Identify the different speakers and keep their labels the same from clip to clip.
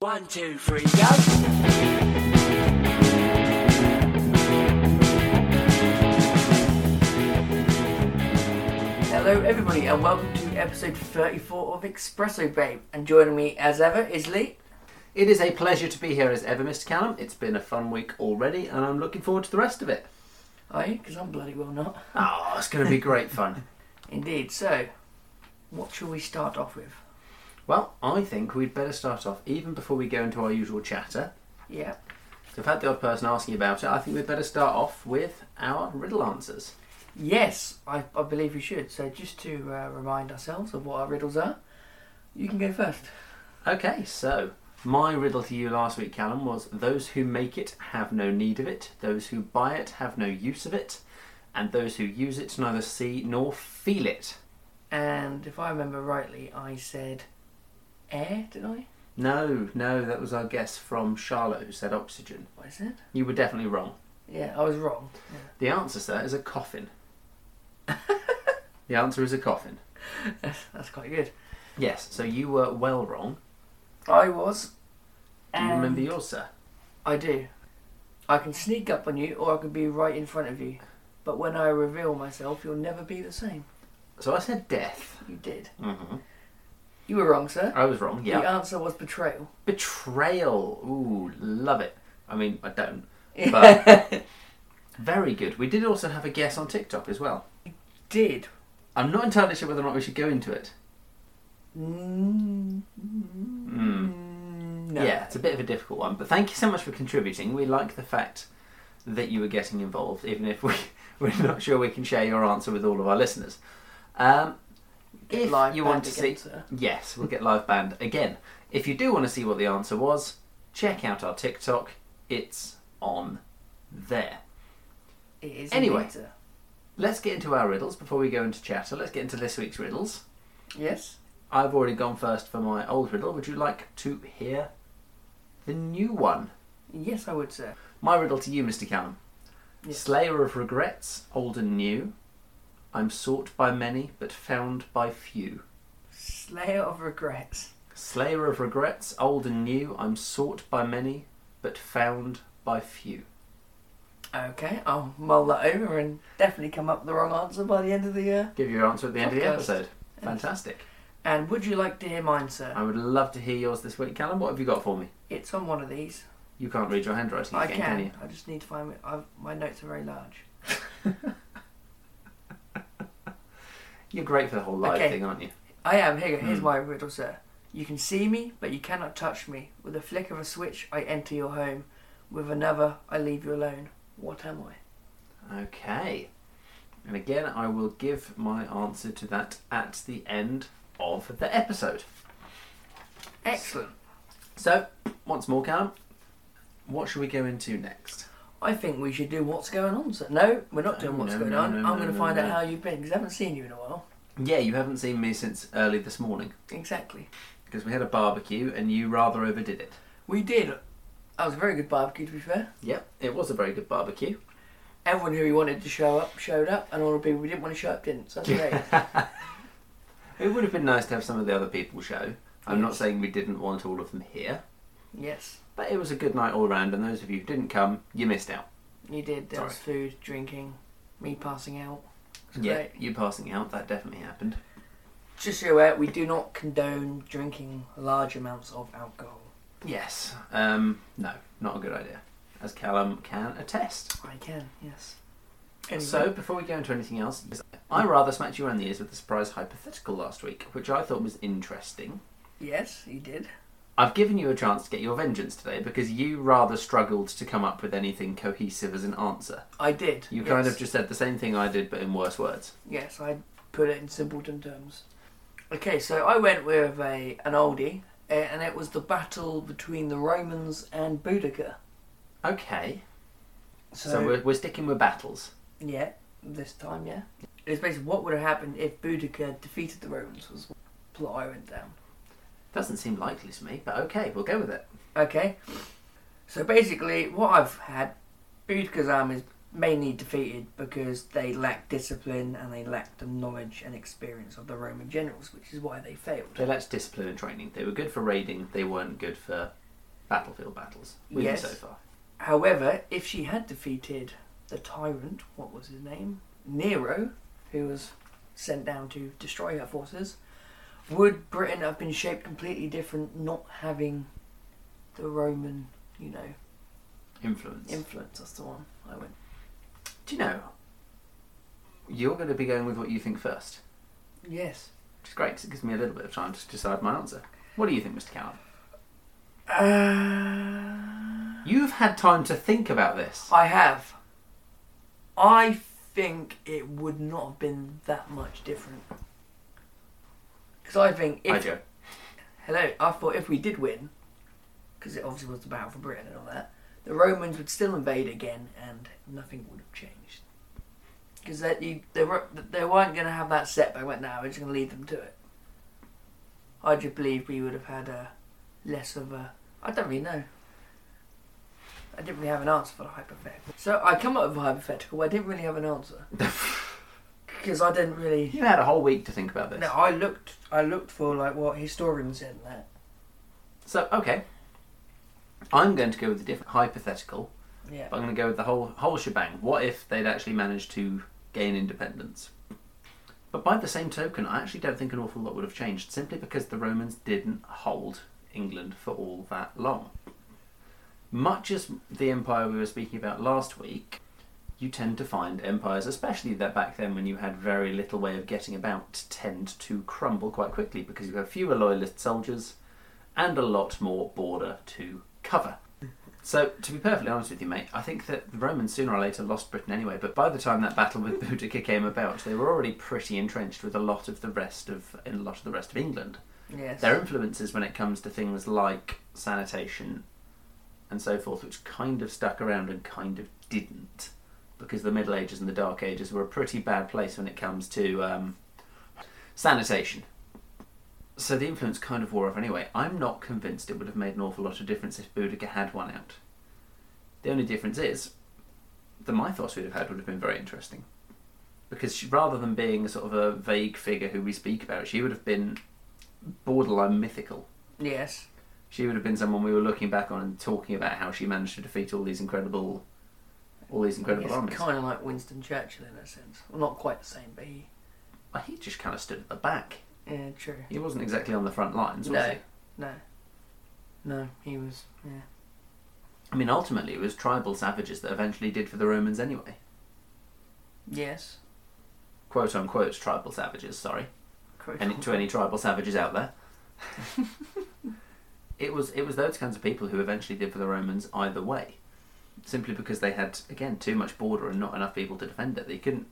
Speaker 1: One, two, three, go. Hello, everybody, and welcome to episode 34 of Espresso Babe. And joining me, as ever, is Lee.
Speaker 2: It is a pleasure to be here as ever, Mr. Callum. It's been a fun week already, and I'm looking forward to the rest of it.
Speaker 1: Are you? Because I'm bloody well not.
Speaker 2: Oh, it's going to be great fun.
Speaker 1: Indeed. So, what shall we start off with?
Speaker 2: Well, I think we'd better start off, even before we go into our usual chatter.
Speaker 1: Yeah.
Speaker 2: So, I've had the odd person asking about it. I think we'd better start off with our riddle answers.
Speaker 1: Yes, I, I believe we should. So, just to uh, remind ourselves of what our riddles are, you can go first.
Speaker 2: Okay, so my riddle to you last week, Callum, was those who make it have no need of it, those who buy it have no use of it, and those who use it neither see nor feel it.
Speaker 1: And if I remember rightly, I said air, did I?
Speaker 2: No, no, that was our guess from Charlotte who said oxygen.
Speaker 1: What I said?
Speaker 2: You were definitely wrong.
Speaker 1: Yeah, I was wrong.
Speaker 2: The answer, sir, is a coffin. the answer is a coffin.
Speaker 1: That's quite good.
Speaker 2: Yes, so you were well wrong.
Speaker 1: I was.
Speaker 2: Do you remember
Speaker 1: and
Speaker 2: yours, sir?
Speaker 1: I do. I can sneak up on you, or I can be right in front of you. But when I reveal myself, you'll never be the same.
Speaker 2: So I said death.
Speaker 1: You did.
Speaker 2: Mm-hmm.
Speaker 1: You were wrong, sir.
Speaker 2: I was wrong,
Speaker 1: The
Speaker 2: yeah.
Speaker 1: answer was betrayal.
Speaker 2: Betrayal. Ooh, love it. I mean, I don't. But- Very good. We did also have a guess on TikTok as well.
Speaker 1: did.
Speaker 2: I'm not entirely sure whether or not we should go into it.
Speaker 1: Mm, no.
Speaker 2: Yeah, it's a bit of a difficult one, but thank you so much for contributing. We like the fact that you were getting involved, even if we, we're not sure we can share your answer with all of our listeners. Um,
Speaker 1: Get
Speaker 2: if
Speaker 1: live
Speaker 2: you want
Speaker 1: band
Speaker 2: to
Speaker 1: again,
Speaker 2: see,
Speaker 1: sir.
Speaker 2: yes, we'll get live band again. If you do want to see what the answer was, check out our TikTok. It's on there.
Speaker 1: It is
Speaker 2: Anyway.
Speaker 1: indeed, sir.
Speaker 2: Let's get into our riddles before we go into chatter. Let's get into this week's riddles.
Speaker 1: Yes.
Speaker 2: I've already gone first for my old riddle. Would you like to hear the new one?
Speaker 1: Yes, I would, sir.
Speaker 2: My riddle to you, Mr. Callum.
Speaker 1: Yes.
Speaker 2: Slayer of regrets, old and new. I'm sought by many, but found by few.
Speaker 1: Slayer of regrets.
Speaker 2: Slayer of regrets, old and new. I'm sought by many, but found by few.
Speaker 1: Okay, I'll mull that over and definitely come up with the wrong answer by the end of the year.
Speaker 2: Give your answer at the end of the
Speaker 1: Podcast.
Speaker 2: episode. Fantastic.
Speaker 1: And would you like to hear mine, sir?
Speaker 2: I would love to hear yours this week, Callum. What have you got for me?
Speaker 1: It's on one of these.
Speaker 2: You can't read your handwriting
Speaker 1: I
Speaker 2: again,
Speaker 1: can.
Speaker 2: can you?
Speaker 1: I just need to find. i my notes are very large.
Speaker 2: You're great for the whole live
Speaker 1: Okay.
Speaker 2: thing, aren't you?
Speaker 1: I am. Here, here's
Speaker 2: Hmm.
Speaker 1: my riddle, sir. You can see me, but you cannot touch me. With a flick of a switch, I enter your home. With another, I leave you alone. What am I?
Speaker 2: Okay. And again, I will give my answer to that at the end of the episode.
Speaker 1: Excellent.
Speaker 2: So, once more, Callum, what should we go into next?
Speaker 1: I think we should do what's going on, sir. No, we're not doing
Speaker 2: No,
Speaker 1: what's
Speaker 2: no,
Speaker 1: going
Speaker 2: no,
Speaker 1: on.
Speaker 2: no,
Speaker 1: I'm
Speaker 2: no,
Speaker 1: going to
Speaker 2: no,
Speaker 1: find out
Speaker 2: no.
Speaker 1: how you've been because I haven't seen you in a while.
Speaker 2: Yeah, you haven't seen me since early this morning
Speaker 1: Exactly.
Speaker 2: because we had a barbecue and you rather overdid it.
Speaker 1: We did. That was a very good barbecue, to be fair.
Speaker 2: Yep, it was a very good barbecue.
Speaker 1: Everyone who we wanted to show up showed up, and all the people we didn't want to show up didn't. So that's great.
Speaker 2: It would have been nice to have some of the other people show. I'm not
Speaker 1: Yes.
Speaker 2: saying we didn't want all of them here,
Speaker 1: yes,
Speaker 2: but it was a good night all round, and those of you who didn't come, you missed out.
Speaker 1: you did. There was food, drinking, me passing out. It's
Speaker 2: yeah,
Speaker 1: great.
Speaker 2: you passing out, that definitely happened.
Speaker 1: Just so you're aware, we do not condone drinking large amounts of alcohol.
Speaker 2: Yes. Um, no, not a good idea, as Callum can attest.
Speaker 1: I can, yes. Anyway,
Speaker 2: So, before we go into anything else, I rather smacked you around the ears with a surprise hypothetical last week, which I thought was interesting.
Speaker 1: yes, you did.
Speaker 2: I've given you a chance to get your vengeance today because you rather struggled to come up with anything cohesive as an answer.
Speaker 1: I did.
Speaker 2: You
Speaker 1: yes.
Speaker 2: kind of just said the same thing I did, but in worse words.
Speaker 1: Yes, I put it in simpleton terms. Okay, so I went with a an oldie, eh, and it was the battle between the Romans and Boudicca.
Speaker 2: Okay,
Speaker 1: So,
Speaker 2: so, we're, we're sticking with battles.
Speaker 1: yeah, this time, yeah. It's basically what would have happened if Boudicca defeated the Romans was the plot I went down.
Speaker 2: Doesn't seem likely to me, but okay, we'll go with it.
Speaker 1: Okay. So basically, what I've had, Boudicca's army is mainly defeated because they lacked discipline and they lacked the knowledge and experience of the Roman generals, which is why they failed.
Speaker 2: They lacked discipline and training. They were good for raiding, they weren't good for battlefield battles with
Speaker 1: Yes.
Speaker 2: you so far.
Speaker 1: However, if she had defeated the tyrant, what was his name? Nero, who was sent down to destroy her forces, would Britain have been shaped completely different not having the Roman, you know,
Speaker 2: Influence.
Speaker 1: influence? That's the one I went.
Speaker 2: Do you know? You're going to be going with what you think first,
Speaker 1: Yes.
Speaker 2: which is great 'cause it gives me a little bit of time to decide my answer. What do you think, Mr. Callum?
Speaker 1: Uh,
Speaker 2: You've had time to think about this.
Speaker 1: I have. I think it would not have been that much different. Because I think if
Speaker 2: I do.
Speaker 1: Hello, I thought if we did win, because it obviously was the battle for Britain and all that, the Romans would still invade again and nothing would have changed. Because they, you- they, were, they weren't going to have that setback right now, we're just going to lead them to it. I do believe we would have had a less of a. I don't really know. I didn't really have an answer for the hypothetical. So I come up with a hypothetical, but I didn't really have an answer. Because I didn't really.
Speaker 2: You had a whole week to think about this.
Speaker 1: No, I looked. I looked for like what historians said and that.
Speaker 2: So, okay. I'm going to go with a different hypothetical.
Speaker 1: Yeah.
Speaker 2: But I'm going to go with the whole whole shebang. What if they'd actually managed to gain independence? But by the same token, I actually don't think an awful lot would have changed, simply because the Romans didn't hold England for all that long. Much as the empire we were speaking about last week, you tend to find empires, especially that back then when you had very little way of getting about, tend to crumble quite quickly because you have fewer loyalist soldiers and a lot more border to cover. So, to be perfectly honest with you, mate, I think that the Romans sooner or later lost Britain anyway, but by the time that battle with Boudicca came about, they were already pretty entrenched with a lot of the rest of in a lot of the rest of England.
Speaker 1: Yes.
Speaker 2: Their influences when it comes to things like sanitation and so forth, which kind of stuck around and kind of didn't, because the Middle Ages and the Dark Ages were a pretty bad place when it comes to um, sanitation. So the influence kind of wore off anyway. I'm not convinced it would have made an awful lot of difference if Boudicca had won out. The only difference is the Mythos we'd have had would have been very interesting. Because she, rather than being sort of a vague figure who we speak about, she would have been borderline mythical.
Speaker 1: Yes.
Speaker 2: She would have been someone we were looking back on and talking about how she managed to defeat all these incredible, all these incredible armies.
Speaker 1: Kind of like Winston Churchill in a sense. Well, not quite the same, but he.
Speaker 2: But he just kind of stood at the back.
Speaker 1: Yeah, true.
Speaker 2: He wasn't exactly on the front lines, was
Speaker 1: No.
Speaker 2: he?
Speaker 1: No. No, he was. Yeah.
Speaker 2: I mean, ultimately, it was tribal savages that eventually did for the Romans anyway.
Speaker 1: Yes.
Speaker 2: Quote unquote tribal savages. Sorry.
Speaker 1: Correct.
Speaker 2: any, to any tribal savages out there. it was it was those kinds of people who eventually did for the Romans either way, simply because they had again too much border and not enough people to defend it. They couldn't.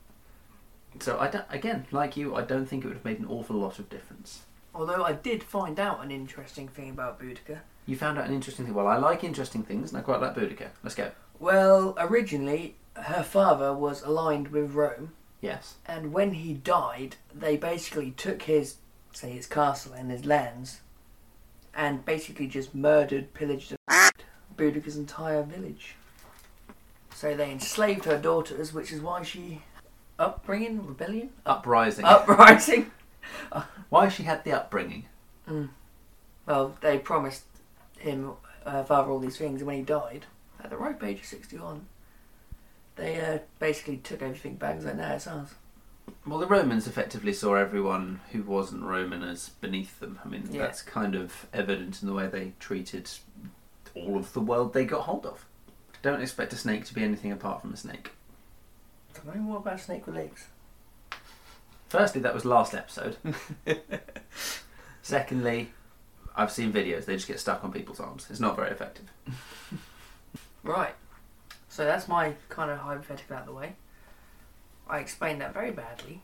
Speaker 2: So I don't, again, like you, I don't think it would have made an awful lot of difference.
Speaker 1: Although I did find out an interesting thing about Boudicca.
Speaker 2: You found out an interesting thing. Well, I like interesting things, and I quite like Boudicca. Let's go.
Speaker 1: Well, originally, her father was aligned with Rome,
Speaker 2: Yes.
Speaker 1: and when he died, they basically took his, say, his castle and his lands, and basically just murdered, pillaged, and Boudicca's entire village. So they enslaved her daughters, which is why she. Upbringing? Rebellion?
Speaker 2: Uprising.
Speaker 1: Uprising?
Speaker 2: Why she had the upbringing?
Speaker 1: Well, they promised him uh, father all these things, and when he died, at the ripe age of 61, they uh, basically took everything back and was like, no, it's ours.
Speaker 2: Well, the Romans effectively saw everyone who wasn't Roman as beneath them. I mean,
Speaker 1: Yeah.
Speaker 2: that's kind of evident in the way they treated all of the world they got hold of. Don't expect a snake to be anything apart from a snake.
Speaker 1: I don't know what about snake with legs.
Speaker 2: Firstly, that was last episode. Secondly, I've seen videos, they just get stuck on people's arms. It's not very effective.
Speaker 1: Right. So that's my kind of hypothetical out of the way. I explained that very badly.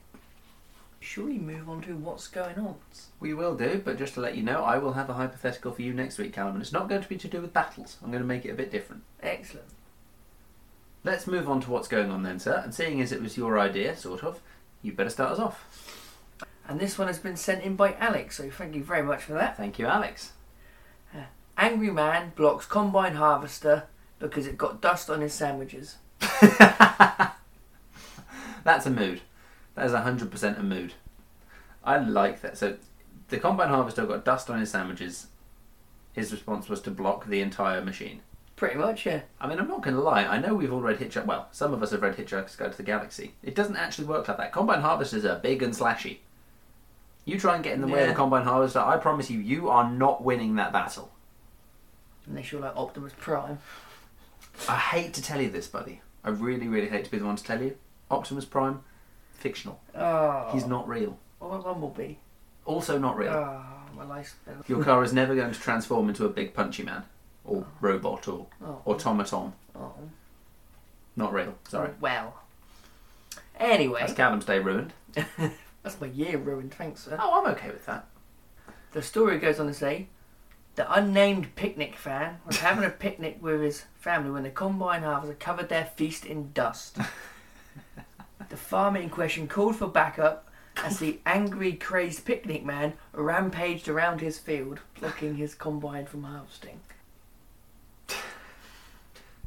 Speaker 1: Shall we move on to what's going on?
Speaker 2: We will do, but just to let you know, I will have a hypothetical for you next week, Callum, and it's not going to be to do with battles. I'm going to make it a bit different.
Speaker 1: Excellent.
Speaker 2: Let's move on to what's going on then, sir. And seeing as it was your idea, sort of, you better start us off.
Speaker 1: And this one has been sent in by Alex, so thank you very much for that.
Speaker 2: Thank you, Alex.
Speaker 1: Angry man blocks combine harvester because it got dust on his sandwiches.
Speaker 2: That's a mood. That is 100% a mood. I like that. So, the combine harvester got dust on his sandwiches. his response was to block the entire machine.
Speaker 1: Pretty much, yeah.
Speaker 2: I mean, I'm not going to lie. I know we've all read Hitchhiker. Well, some of us have read Hitchhiker's Guide to the Galaxy. It doesn't actually work like that. Combine harvesters are big and slashy. You try and get in the way of the
Speaker 1: Yeah.
Speaker 2: combine harvester. I promise you, you are not winning that battle.
Speaker 1: Unless you're like Optimus Prime.
Speaker 2: I hate to tell you this, buddy. I really, really hate to be the one to tell you. Optimus Prime, fictional.
Speaker 1: Oh.
Speaker 2: He's not real.
Speaker 1: Or a Bumblebee.
Speaker 2: Also, not real.
Speaker 1: Oh, my life's better.
Speaker 2: Your car is never going to transform into a big punchy man, or robot, or
Speaker 1: Oh.
Speaker 2: automaton.
Speaker 1: Oh.
Speaker 2: Not real. Sorry.
Speaker 1: Well. Anyway,
Speaker 2: That's Callum's day ruined.
Speaker 1: that's my year ruined, thanks, sir.
Speaker 2: Oh, I'm okay with that.
Speaker 1: The story goes on to say the unnamed picnic fan was having a picnic with his family when the combine harvester covered their feast in dust. the farmer in question called for backup as the angry, crazed picnic man rampaged around his field, blocking his combine from harvesting.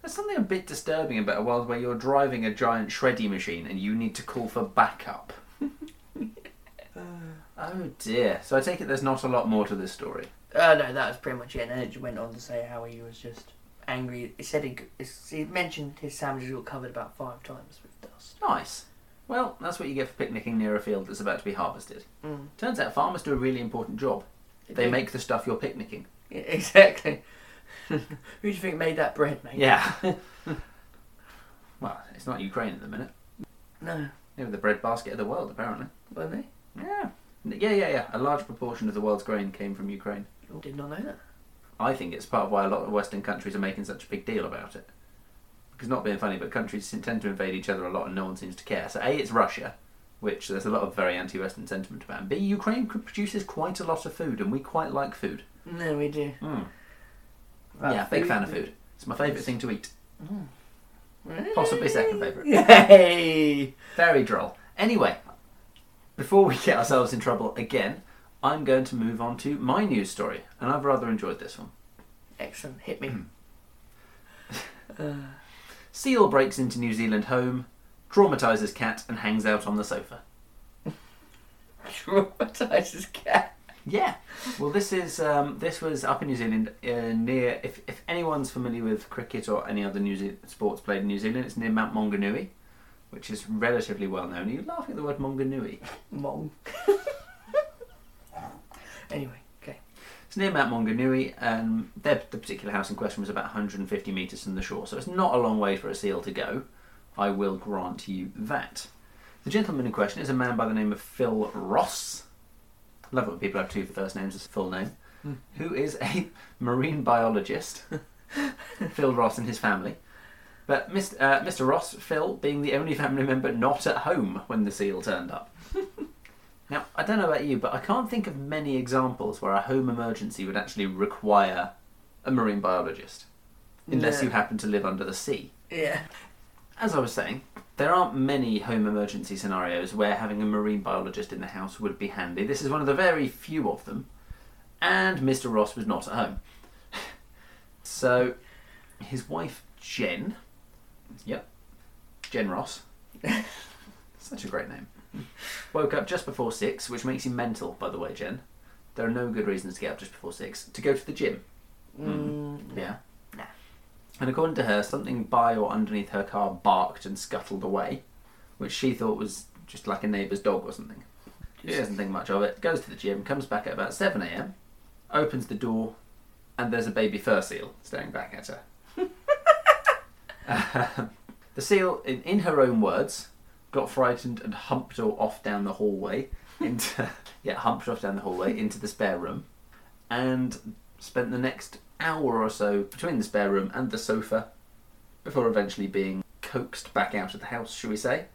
Speaker 2: There's something a bit disturbing about a world where you're driving a giant shreddy machine and you need to call for backup. oh dear. So I take it there's not a lot more to this story.
Speaker 1: Uh, no, that was pretty much it. And then it went on to say how he was just angry. He said he, he mentioned his sandwiches got covered about five times with dust.
Speaker 2: Nice. Well, that's what you get for picnicking near a field that's about to be harvested.
Speaker 1: Mm.
Speaker 2: Turns out farmers do a really important job. They
Speaker 1: do.
Speaker 2: make the stuff you're picnicking.
Speaker 1: Yeah, exactly. Who do you think made that bread, mate?
Speaker 2: Yeah. well, it's not Ukraine at the minute.
Speaker 1: No,
Speaker 2: They were the bread basket of the world, apparently.
Speaker 1: were they?
Speaker 2: Yeah. Yeah, yeah, yeah. A large proportion of the world's grain came from Ukraine.
Speaker 1: Oh, did not know that.
Speaker 2: I think it's part of why a lot of Western countries are making such a big deal about it. Because not being funny, but countries tend to invade each other a lot and no one seems to care. So A, it's Russia, which there's a lot of very anti-Western sentiment about. And B, Ukraine c- produces quite a lot of food and we quite like food.
Speaker 1: No, we do. Right,
Speaker 2: yeah, big
Speaker 1: food-
Speaker 2: fan of food. It's my favourite thing to eat.
Speaker 1: Hey.
Speaker 2: Possibly second favourite.
Speaker 1: Yay!
Speaker 2: Very droll. Anyway, before we get ourselves in trouble again, I'm going to move on to my news story, and I've rather enjoyed this one.
Speaker 1: Excellent. Hit me.
Speaker 2: Hmm.
Speaker 1: Uh,
Speaker 2: Seal breaks into New Zealand home, traumatises cat, and hangs out on the sofa.
Speaker 1: Traumatizes cat.
Speaker 2: Yeah. Well, this is um, this was up in New Zealand uh, near. If, if anyone's familiar with cricket or any other New Zealand sports played in New Zealand, it's near Mount Maunganui, which is relatively well known. Are you laughing at the word Maunganui?
Speaker 1: Mong. anyway, okay.
Speaker 2: It's near Mount Maunganui, and their, the particular house in question was about 150 metres from the shore, so it's not a long way for a seal to go. I will grant you that. The gentleman in question is a man by the name of Phil Ross. Love it when people have two first names as a full name. Who is a marine biologist. Phil Ross and his family. But Mr. Uh, Mr. Ross, Phil, being the only family member not at home when the seal turned up. Now, I don't know about you, but I can't think of many examples where a home emergency would actually require a marine biologist, unless
Speaker 1: No.
Speaker 2: you happen to live under the sea.
Speaker 1: Yeah.
Speaker 2: As I was saying, there aren't many home emergency scenarios where having a marine biologist in the house would be handy. This is one of the very few of them, and Mr. Ross was not at home. so, his wife Jen, yep, Jen Ross, such a great name, woke up just before six, which makes you mental, by the way, Jen. There are no good reasons to get up just before six, to go to the gym.
Speaker 1: Mm.
Speaker 2: Hmm. Yeah.
Speaker 1: Nah.
Speaker 2: And according to her, something by or underneath her car barked and scuttled away, which she thought was just like a neighbour's dog or something. She doesn't think much of it, goes to the gym, comes back at about 7am, opens the door, and there's a baby fur seal staring back at her. Um, the seal, in, in her own words, got frightened and humped her off down the hallway into yeah, humped off down the hallway into the spare room and spent the next hour or so between the spare room and the sofa before eventually being coaxed back out of the house, shall we say,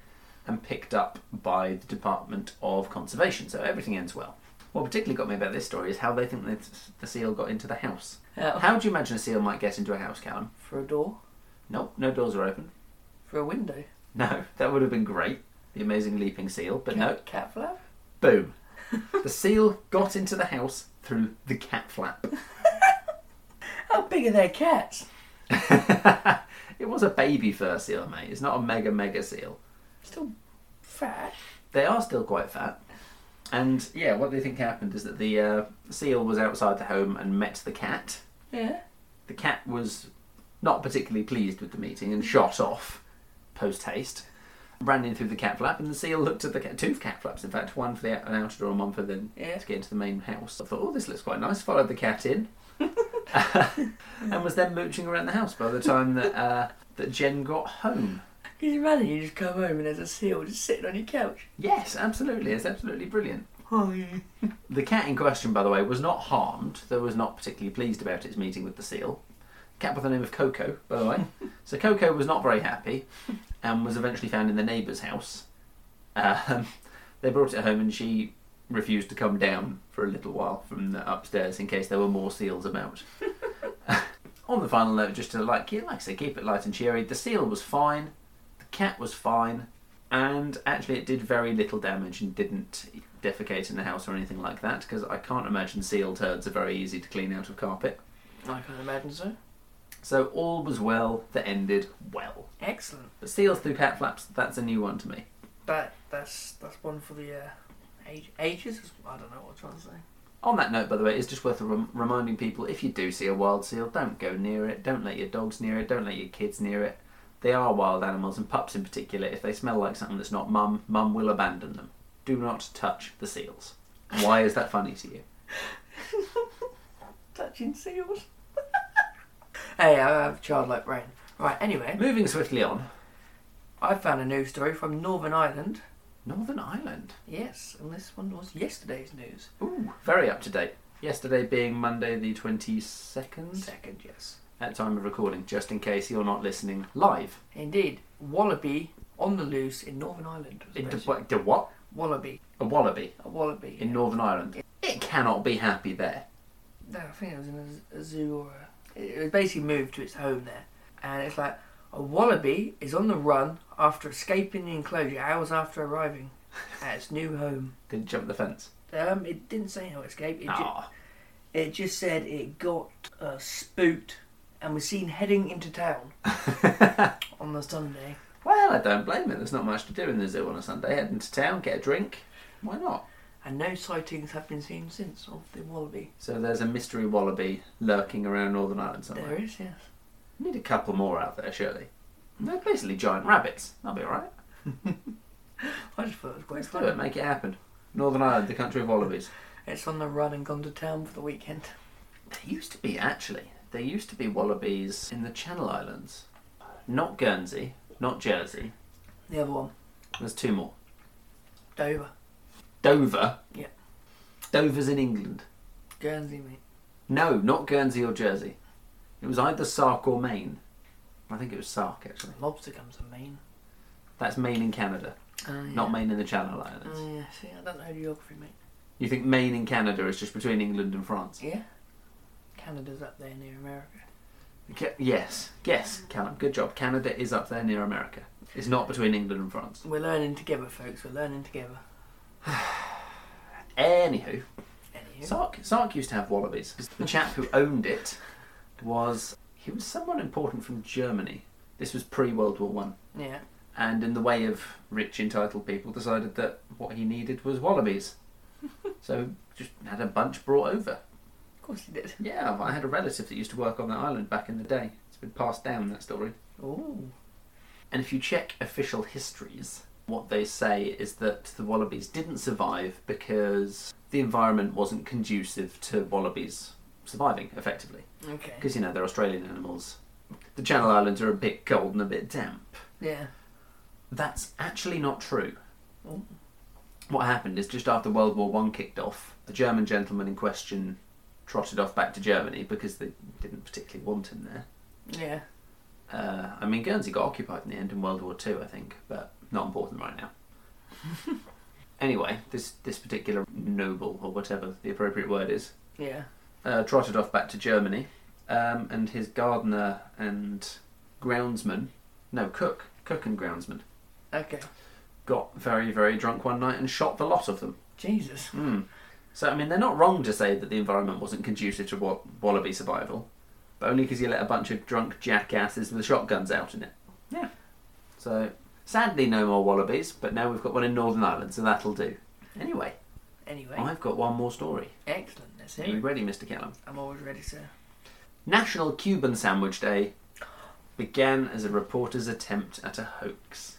Speaker 2: and picked up by the Department of Conservation. So everything ends well. What particularly got me about this story is how they think that the seal got into the house.
Speaker 1: Out
Speaker 2: How do you imagine a seal might get into a house, Callum?
Speaker 1: for a door,
Speaker 2: Nope, no doors are open.
Speaker 1: for a window.
Speaker 2: No, that would have been great. The amazing leaping seal, but no.
Speaker 1: Cat- Cat flap.
Speaker 2: Boom. the seal got into the house through the cat flap.
Speaker 1: How big are their cats?
Speaker 2: it was a baby fur seal, mate. It's not a mega, mega seal.
Speaker 1: Still fat.
Speaker 2: They are still quite fat. And yeah, what they think happened is that the uh, seal was outside the home and met the cat,
Speaker 1: Yeah.
Speaker 2: The cat was not particularly pleased with the meeting and shot off post haste. Ran in through the cat flap, and the seal looked at the cat, two cat flaps, in fact, one for the out- an outer door and one for the
Speaker 1: Yeah.
Speaker 2: to get into the main house. I thought, oh, this looks quite nice. Followed the cat in, and was then mooching around the house by the time that uh, that Jen got home.
Speaker 1: Can you imagine you just come home and there's a seal just sitting on your couch?
Speaker 2: Yes, absolutely. It's absolutely brilliant.
Speaker 1: Oh,
Speaker 2: The cat in question, by the way, was not harmed, though was not particularly pleased about its meeting with the seal. Cat by the name of Coco, by the way. so Coco was not very happy and was eventually found in the neighbour's house. Um, they brought it home and she refused to come down for a little while from the upstairs in case there were more seals about. On the final note, just to like, like I say, keep it light and cheery, the seal was fine, the cat was fine, and actually it did very little damage and didn't defecate in the house or anything like that because I can't imagine seal turds are very easy to clean out of carpet.
Speaker 1: I can't imagine so.
Speaker 2: So all was well that ended well.
Speaker 1: Excellent.
Speaker 2: But seals through cat flaps, that's a new one to me.
Speaker 1: That that's that's one for the uh, age, ages. I don't know what I'm trying to say.
Speaker 2: On that note, by the way, it's just worth rem- reminding people if you do see a wild seal, don't go near it, don't let your dogs near it, don't let your kids near it. They are wild animals, and pups in particular, if they smell like something that's not mum, mum will abandon them. Do not touch the seals. Why is that funny to you?
Speaker 1: Touching seals. hey, I have childlike brain. Right. Anyway,
Speaker 2: Moving swiftly on,
Speaker 1: I found a news story from Northern Ireland.
Speaker 2: Northern Ireland.
Speaker 1: Yes, and this one was yesterday's news.
Speaker 2: Ooh, very up to date. Yesterday being Monday the 22nd,
Speaker 1: Second, yes.
Speaker 2: at time of recording, just in case you're not listening live.
Speaker 1: Indeed, wallaby on the loose in Northern Ireland. was
Speaker 2: It
Speaker 1: the
Speaker 2: d-
Speaker 1: best.
Speaker 2: what, d- what?
Speaker 1: wallaby,
Speaker 2: A wallaby
Speaker 1: a wallaby.
Speaker 2: in Northern Ireland. It cannot be happy there.
Speaker 1: No, I think it was in a, z- a zoo or a, it was basically moved to its home there, and it's like a wallaby is on the run after escaping the enclosure hours after arriving at its new home.
Speaker 2: Didn't jump the fence.
Speaker 1: Um, it didn't say how it escaped. It, ju-
Speaker 2: Ah,
Speaker 1: it just said it got uh, spooked and was seen heading into town on the Sunday.
Speaker 2: well, I don't blame it. There's not much to do in the zoo on a Sunday. Head into town, get a drink. Why not?
Speaker 1: and no sightings have been seen since of the wallaby.
Speaker 2: So there's a mystery wallaby lurking around Northern Ireland somewhere.
Speaker 1: There is, yes.
Speaker 2: Need a couple more out there, surely. They're basically giant rabbits. That'll be alright.
Speaker 1: I just thought it was quite
Speaker 2: Let's do it.
Speaker 1: fun.
Speaker 2: Make it happen. Northern Ireland, the country of wallabies.
Speaker 1: It's on the run and gone to town for the weekend.
Speaker 2: There used to be actually. There used to be wallabies in the Channel Islands, not Guernsey, not Jersey.
Speaker 1: The other one,
Speaker 2: There's two more.
Speaker 1: Dover,
Speaker 2: Dover.
Speaker 1: Yeah.
Speaker 2: Dover's in England.
Speaker 1: Guernsey, mate.
Speaker 2: No, not Guernsey or Jersey. It was either Sark or Maine. I think it was Sark actually.
Speaker 1: Lobster comes from Maine.
Speaker 2: That's Maine in Canada, not Maine in the
Speaker 1: Oh,
Speaker 2: Channel Islands.
Speaker 1: yeah, see, I don't know geography, mate.
Speaker 2: You think Maine in Canada is just between England and France?
Speaker 1: Yeah? Canada's up there near America.
Speaker 2: Ca- yes, yes, Callum. Good job. Canada is up there near America. It's not between England and France.
Speaker 1: We're learning together, folks. We're learning together.
Speaker 2: Anywho,
Speaker 1: Anywho.
Speaker 2: Sark, Sark used to have wallabies. The chap who owned it was he was someone important from Germany. This was pre World War One,
Speaker 1: yeah.
Speaker 2: and in the way of rich entitled people, decided that what he needed was wallabies. so just had a bunch brought over.
Speaker 1: Of course he did.
Speaker 2: Yeah, I had a relative that used to work on that island back in the day. It's been passed down that story.
Speaker 1: Ooh.
Speaker 2: And if you check official histories, what they say is that the wallabies didn't survive because the environment wasn't conducive to wallabies surviving effectively.
Speaker 1: Okay.
Speaker 2: Because, you know, they're Australian animals. The Channel Islands are a bit cold and a bit damp.
Speaker 1: Yeah.
Speaker 2: That's actually not true.
Speaker 1: Oh.
Speaker 2: What happened is just after World War One kicked off, the German gentleman in question trotted off back to Germany because they didn't particularly want him there.
Speaker 1: Yeah.
Speaker 2: Uh, I mean, Guernsey got occupied in the end in World War Two, I think, but not important right now. anyway, this this particular noble or whatever the appropriate word is
Speaker 1: Yeah.
Speaker 2: uh, trotted off back to Germany, um, and his gardener and groundsman, no cook, cook and groundsman,
Speaker 1: Okay.
Speaker 2: got very very drunk one night and shot the lot of them.
Speaker 1: Jesus.
Speaker 2: Hmm. So I mean, they're not wrong to say that the environment wasn't conducive to wa- wallaby survival, but only because you let a bunch of drunk jackasses with shotguns out in it. Yeah. So sadly, no more wallabies, but now we've got one in Northern Ireland, so that'll do. Anyway,
Speaker 1: Anyway.
Speaker 2: I've got one more story.
Speaker 1: Excellent. That's
Speaker 2: Are you
Speaker 1: it.
Speaker 2: ready, Mr. Callum?
Speaker 1: I'm always ready, sir.
Speaker 2: National Cuban Sandwich Day began as a reporter's attempt at a hoax.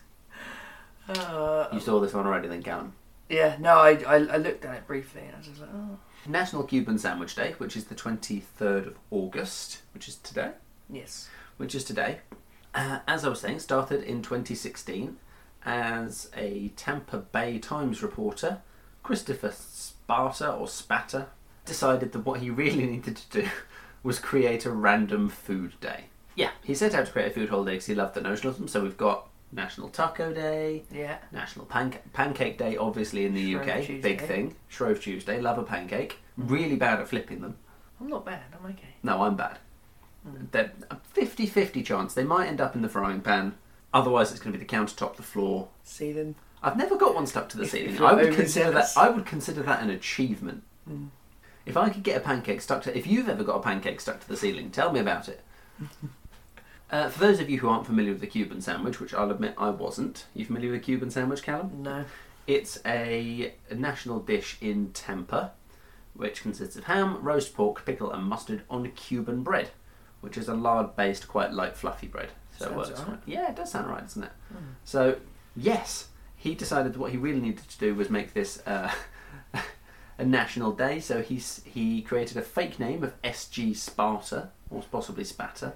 Speaker 1: Uh,
Speaker 2: You saw this one already, then, Callum.
Speaker 1: yeah, no, I, I, I looked at it briefly and I was just like, oh.
Speaker 2: National Cuban Sandwich Day, which is the 23rd of August, which is today,
Speaker 1: Yes.
Speaker 2: which is today, uh, as I was saying, started in 2016 as a Tampa Bay Times reporter, Christopher Sparta or Spatter decided that what he really needed to do was create a random food day. Yeah, he set out to create a food holiday because he loved the notion of them. So we've got National Taco Day,
Speaker 1: Yeah.
Speaker 2: National Panca- Pancake Day, obviously in the
Speaker 1: Shrove
Speaker 2: UK, big
Speaker 1: Tuesday.
Speaker 2: thing. Shrove Tuesday, love a pancake. Really bad at flipping them.
Speaker 1: I'm not bad. I'm okay.
Speaker 2: No, I'm bad.
Speaker 1: Mm.
Speaker 2: They're a 50 50 chance. They might end up in the frying pan. Otherwise, it's going to be the countertop, the floor.
Speaker 1: See them.
Speaker 2: I've never got one stuck to the
Speaker 1: If-
Speaker 2: ceiling.
Speaker 1: if you're
Speaker 2: I would consider that.
Speaker 1: overzealous.
Speaker 2: I would consider that an achievement.
Speaker 1: Mm.
Speaker 2: If I could get a pancake stuck to, if you've ever got a pancake stuck to the ceiling, tell me about it. uh, for those of you who aren't familiar with the Cuban sandwich, which I'll admit I wasn't, you familiar with Cuban sandwich, Callum?
Speaker 1: No.
Speaker 2: It's a national dish in Tampa, which consists of ham, roast pork, pickle, and mustard on Cuban bread, which is a lard based, quite light, fluffy bread. So it
Speaker 1: Sounds
Speaker 2: works.
Speaker 1: alright.
Speaker 2: fine. Yeah, it does sound right, doesn't it?
Speaker 1: Hmm.
Speaker 2: So, yes, he decided that what he really needed to do was make this uh, a national day, so he, s- he created a fake name of SG Sparta, or possibly Spatter.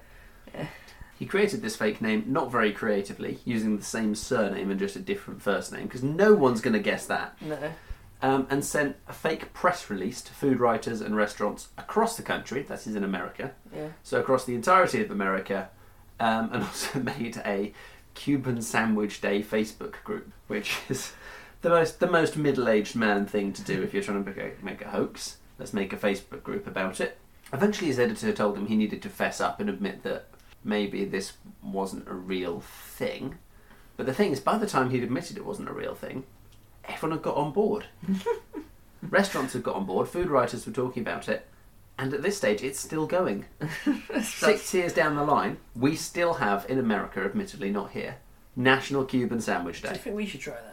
Speaker 2: He created this fake name not very creatively, using the same surname and just a different first name, because no one's going to guess that.
Speaker 1: No.
Speaker 2: Um, and sent a fake press release to food writers and restaurants across the country, that is in America,
Speaker 1: Yeah.
Speaker 2: so across the entirety of America, um, and also made a Cuban Sandwich Day Facebook group, which is the most the most middle aged man thing to do if you're trying to make a, make a hoax. Let's make a Facebook group about it. Eventually, his editor told him he needed to fess up and admit that maybe this wasn't a real thing. But the thing is, by the time he'd admitted it wasn't a real thing, everyone had got on board. Restaurants had got on board, food writers were talking about it, and at this stage, it's still going. Six years down the line, we still have in America, admittedly not here, National Cuban Sandwich
Speaker 1: Do you
Speaker 2: Day.
Speaker 1: think we should try that?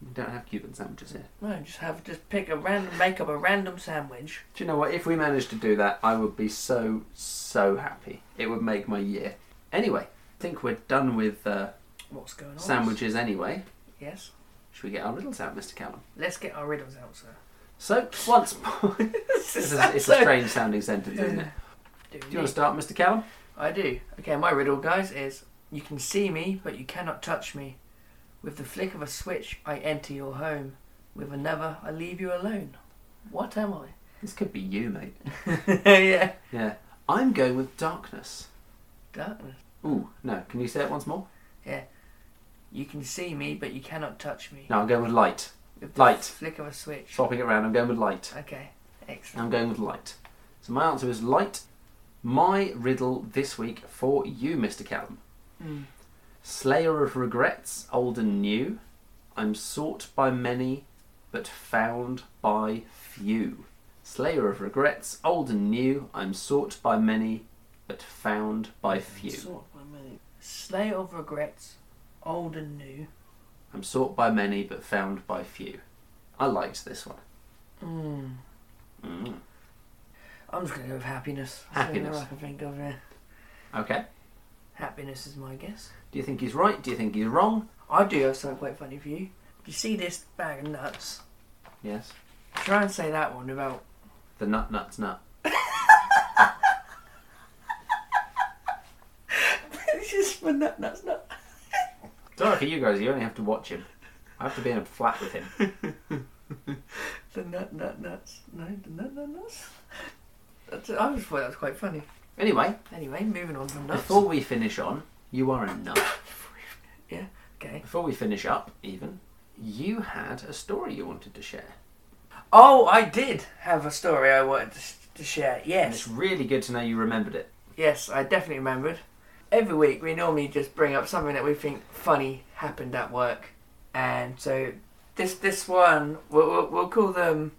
Speaker 2: We don't have Cuban sandwiches here.
Speaker 1: No, just have just pick a random, make up a random sandwich.
Speaker 2: Do you know what? If we managed to do that, I would be so, so happy. It would make my year. Anyway, I think we're done with uh,
Speaker 1: What's going on?
Speaker 2: sandwiches anyway.
Speaker 1: Yes.
Speaker 2: Should we get our riddles out, Mr. Callum?
Speaker 1: Let's get our riddles out, sir.
Speaker 2: So, once more. this is, it's a strange sounding sentence, isn't it?
Speaker 1: Do
Speaker 2: Do you want to start, Mr. Callum?
Speaker 1: I do. Okay, my riddle, guys, is you can see me, but you cannot touch me. With the flick of a switch, I enter your home. With another, I leave you alone. What am I?
Speaker 2: This could be you, mate.
Speaker 1: yeah.
Speaker 2: Yeah. I'm going with darkness.
Speaker 1: Darkness.
Speaker 2: Ooh, no. Can you say it once more?
Speaker 1: You can see me, but you cannot touch me.
Speaker 2: No, I'm going with light.
Speaker 1: With
Speaker 2: Light.
Speaker 1: flick of a switch.
Speaker 2: Swapping it around, I'm going with light.
Speaker 1: Okay, excellent.
Speaker 2: I'm going with light. So my answer is light. My riddle this week for you, Mr. Callum.
Speaker 1: Mm.
Speaker 2: Slayer of regrets, old and new. I'm sought by many, but found by few. Slayer of regrets, old and new. I'm sought by many, but found by few.
Speaker 1: Sort by many. Slay of regrets, old and new.
Speaker 2: I'm sought by many, but found by few. I liked this one.
Speaker 1: Mm.
Speaker 2: Mm.
Speaker 1: I'm just gonna go with happiness. That's the only
Speaker 2: Happiness.
Speaker 1: one I can think of. Yeah.
Speaker 2: Okay.
Speaker 1: Happiness is my guess.
Speaker 2: Do you think he's right? Do you think he's wrong?
Speaker 1: I do have something quite funny for you. If you see this bag of nuts,
Speaker 2: Yes.
Speaker 1: try and say that one about.
Speaker 2: The nut, nuts, nut.
Speaker 1: it's just for nut nuts nut.
Speaker 2: Sorry for you guys, you only have to watch him. I have to be in a flat with him.
Speaker 1: The nut nut nuts. No, the nut nut nuts. That's, I just thought that was quite funny.
Speaker 2: Anyway,
Speaker 1: Anyway, moving on from nuts.
Speaker 2: before we finish on, you are a nut.
Speaker 1: Okay.
Speaker 2: Before we finish up, even, you had a story you wanted to share.
Speaker 1: Oh, I did have a story I wanted to, s- to share.
Speaker 2: And it's
Speaker 1: Yes,
Speaker 2: really good to know you remembered it.
Speaker 1: yes, I definitely remembered. Every week we normally just bring up something that we think funny happened at work, and so this this one we'll, we'll, we'll call them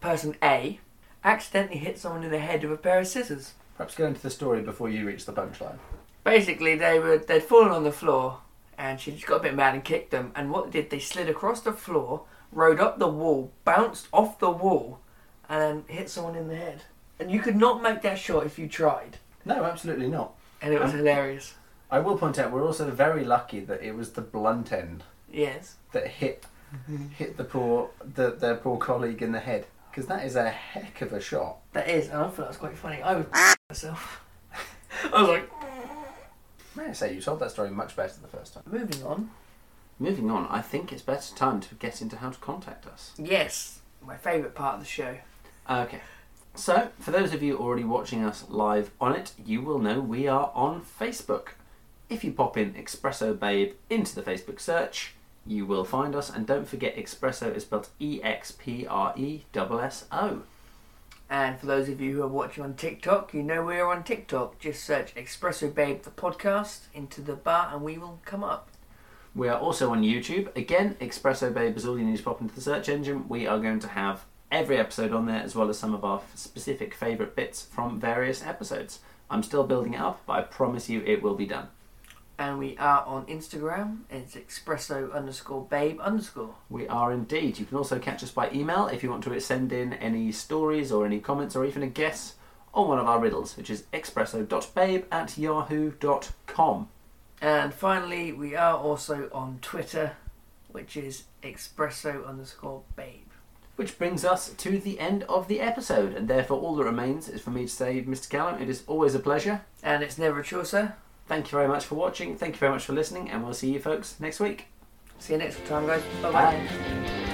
Speaker 1: person A accidentally hit someone in the head with a pair of scissors.
Speaker 2: Perhaps go into the story before you reach the punchline.
Speaker 1: Basically, they were they'd fallen on the floor, and she just got a bit mad and kicked them. And what they did they slid across the floor, rode up the wall, bounced off the wall, and then hit someone in the head. And you could not make that shot if you tried.
Speaker 3: No, absolutely not.
Speaker 1: and it was
Speaker 3: Um,
Speaker 1: hilarious.
Speaker 3: I will point out we're also very lucky that it was the blunt end
Speaker 1: Yes,
Speaker 3: that hit hit the poor the, their poor colleague in the head because that is a heck of a shot.
Speaker 1: that is, and I thought that was quite funny. I was myself. I was like,
Speaker 3: May I say you told that story much better the first time.
Speaker 1: moving on.
Speaker 2: Moving on, I think it's better time to get into how to contact us.
Speaker 1: Yes, my favourite part of the show.
Speaker 2: Okay. So, for those of you already watching us live on it, you will know we are on Facebook. If you pop in Espresso Babe into the Facebook search, you will find us. And don't forget, Espresso is spelled E X P R E S S O.
Speaker 1: And for those of you who are watching on TikTok, you know we're on TikTok. Just search Espresso Babe the podcast into the bar, and we will come up.
Speaker 2: We are also on YouTube. Again, Espresso Babe is all you need to pop into the search engine. We are going to have every episode on there, as well as some of our specific favourite bits from various episodes. I'm still building it up, but I promise you it will be done.
Speaker 1: And we are on Instagram. It's Espresso underscore Babe underscore.
Speaker 2: We are indeed. You can also catch us by email if you want to send in any stories or any comments or even a guess on one of our riddles, which is expresso.babe at yahoo.com.
Speaker 1: And finally, we are also on Twitter, which is Espresso underscore Babe.
Speaker 2: Which brings us to the end of the episode, and therefore all that remains is for me to say, Mr. Callum, it is always a pleasure.
Speaker 1: And it's never a chore, sir.
Speaker 2: Thank you very much for watching, thank you very much for listening, and we'll see you folks next week.
Speaker 1: See you next time, guys. Bye-bye.
Speaker 2: Bye.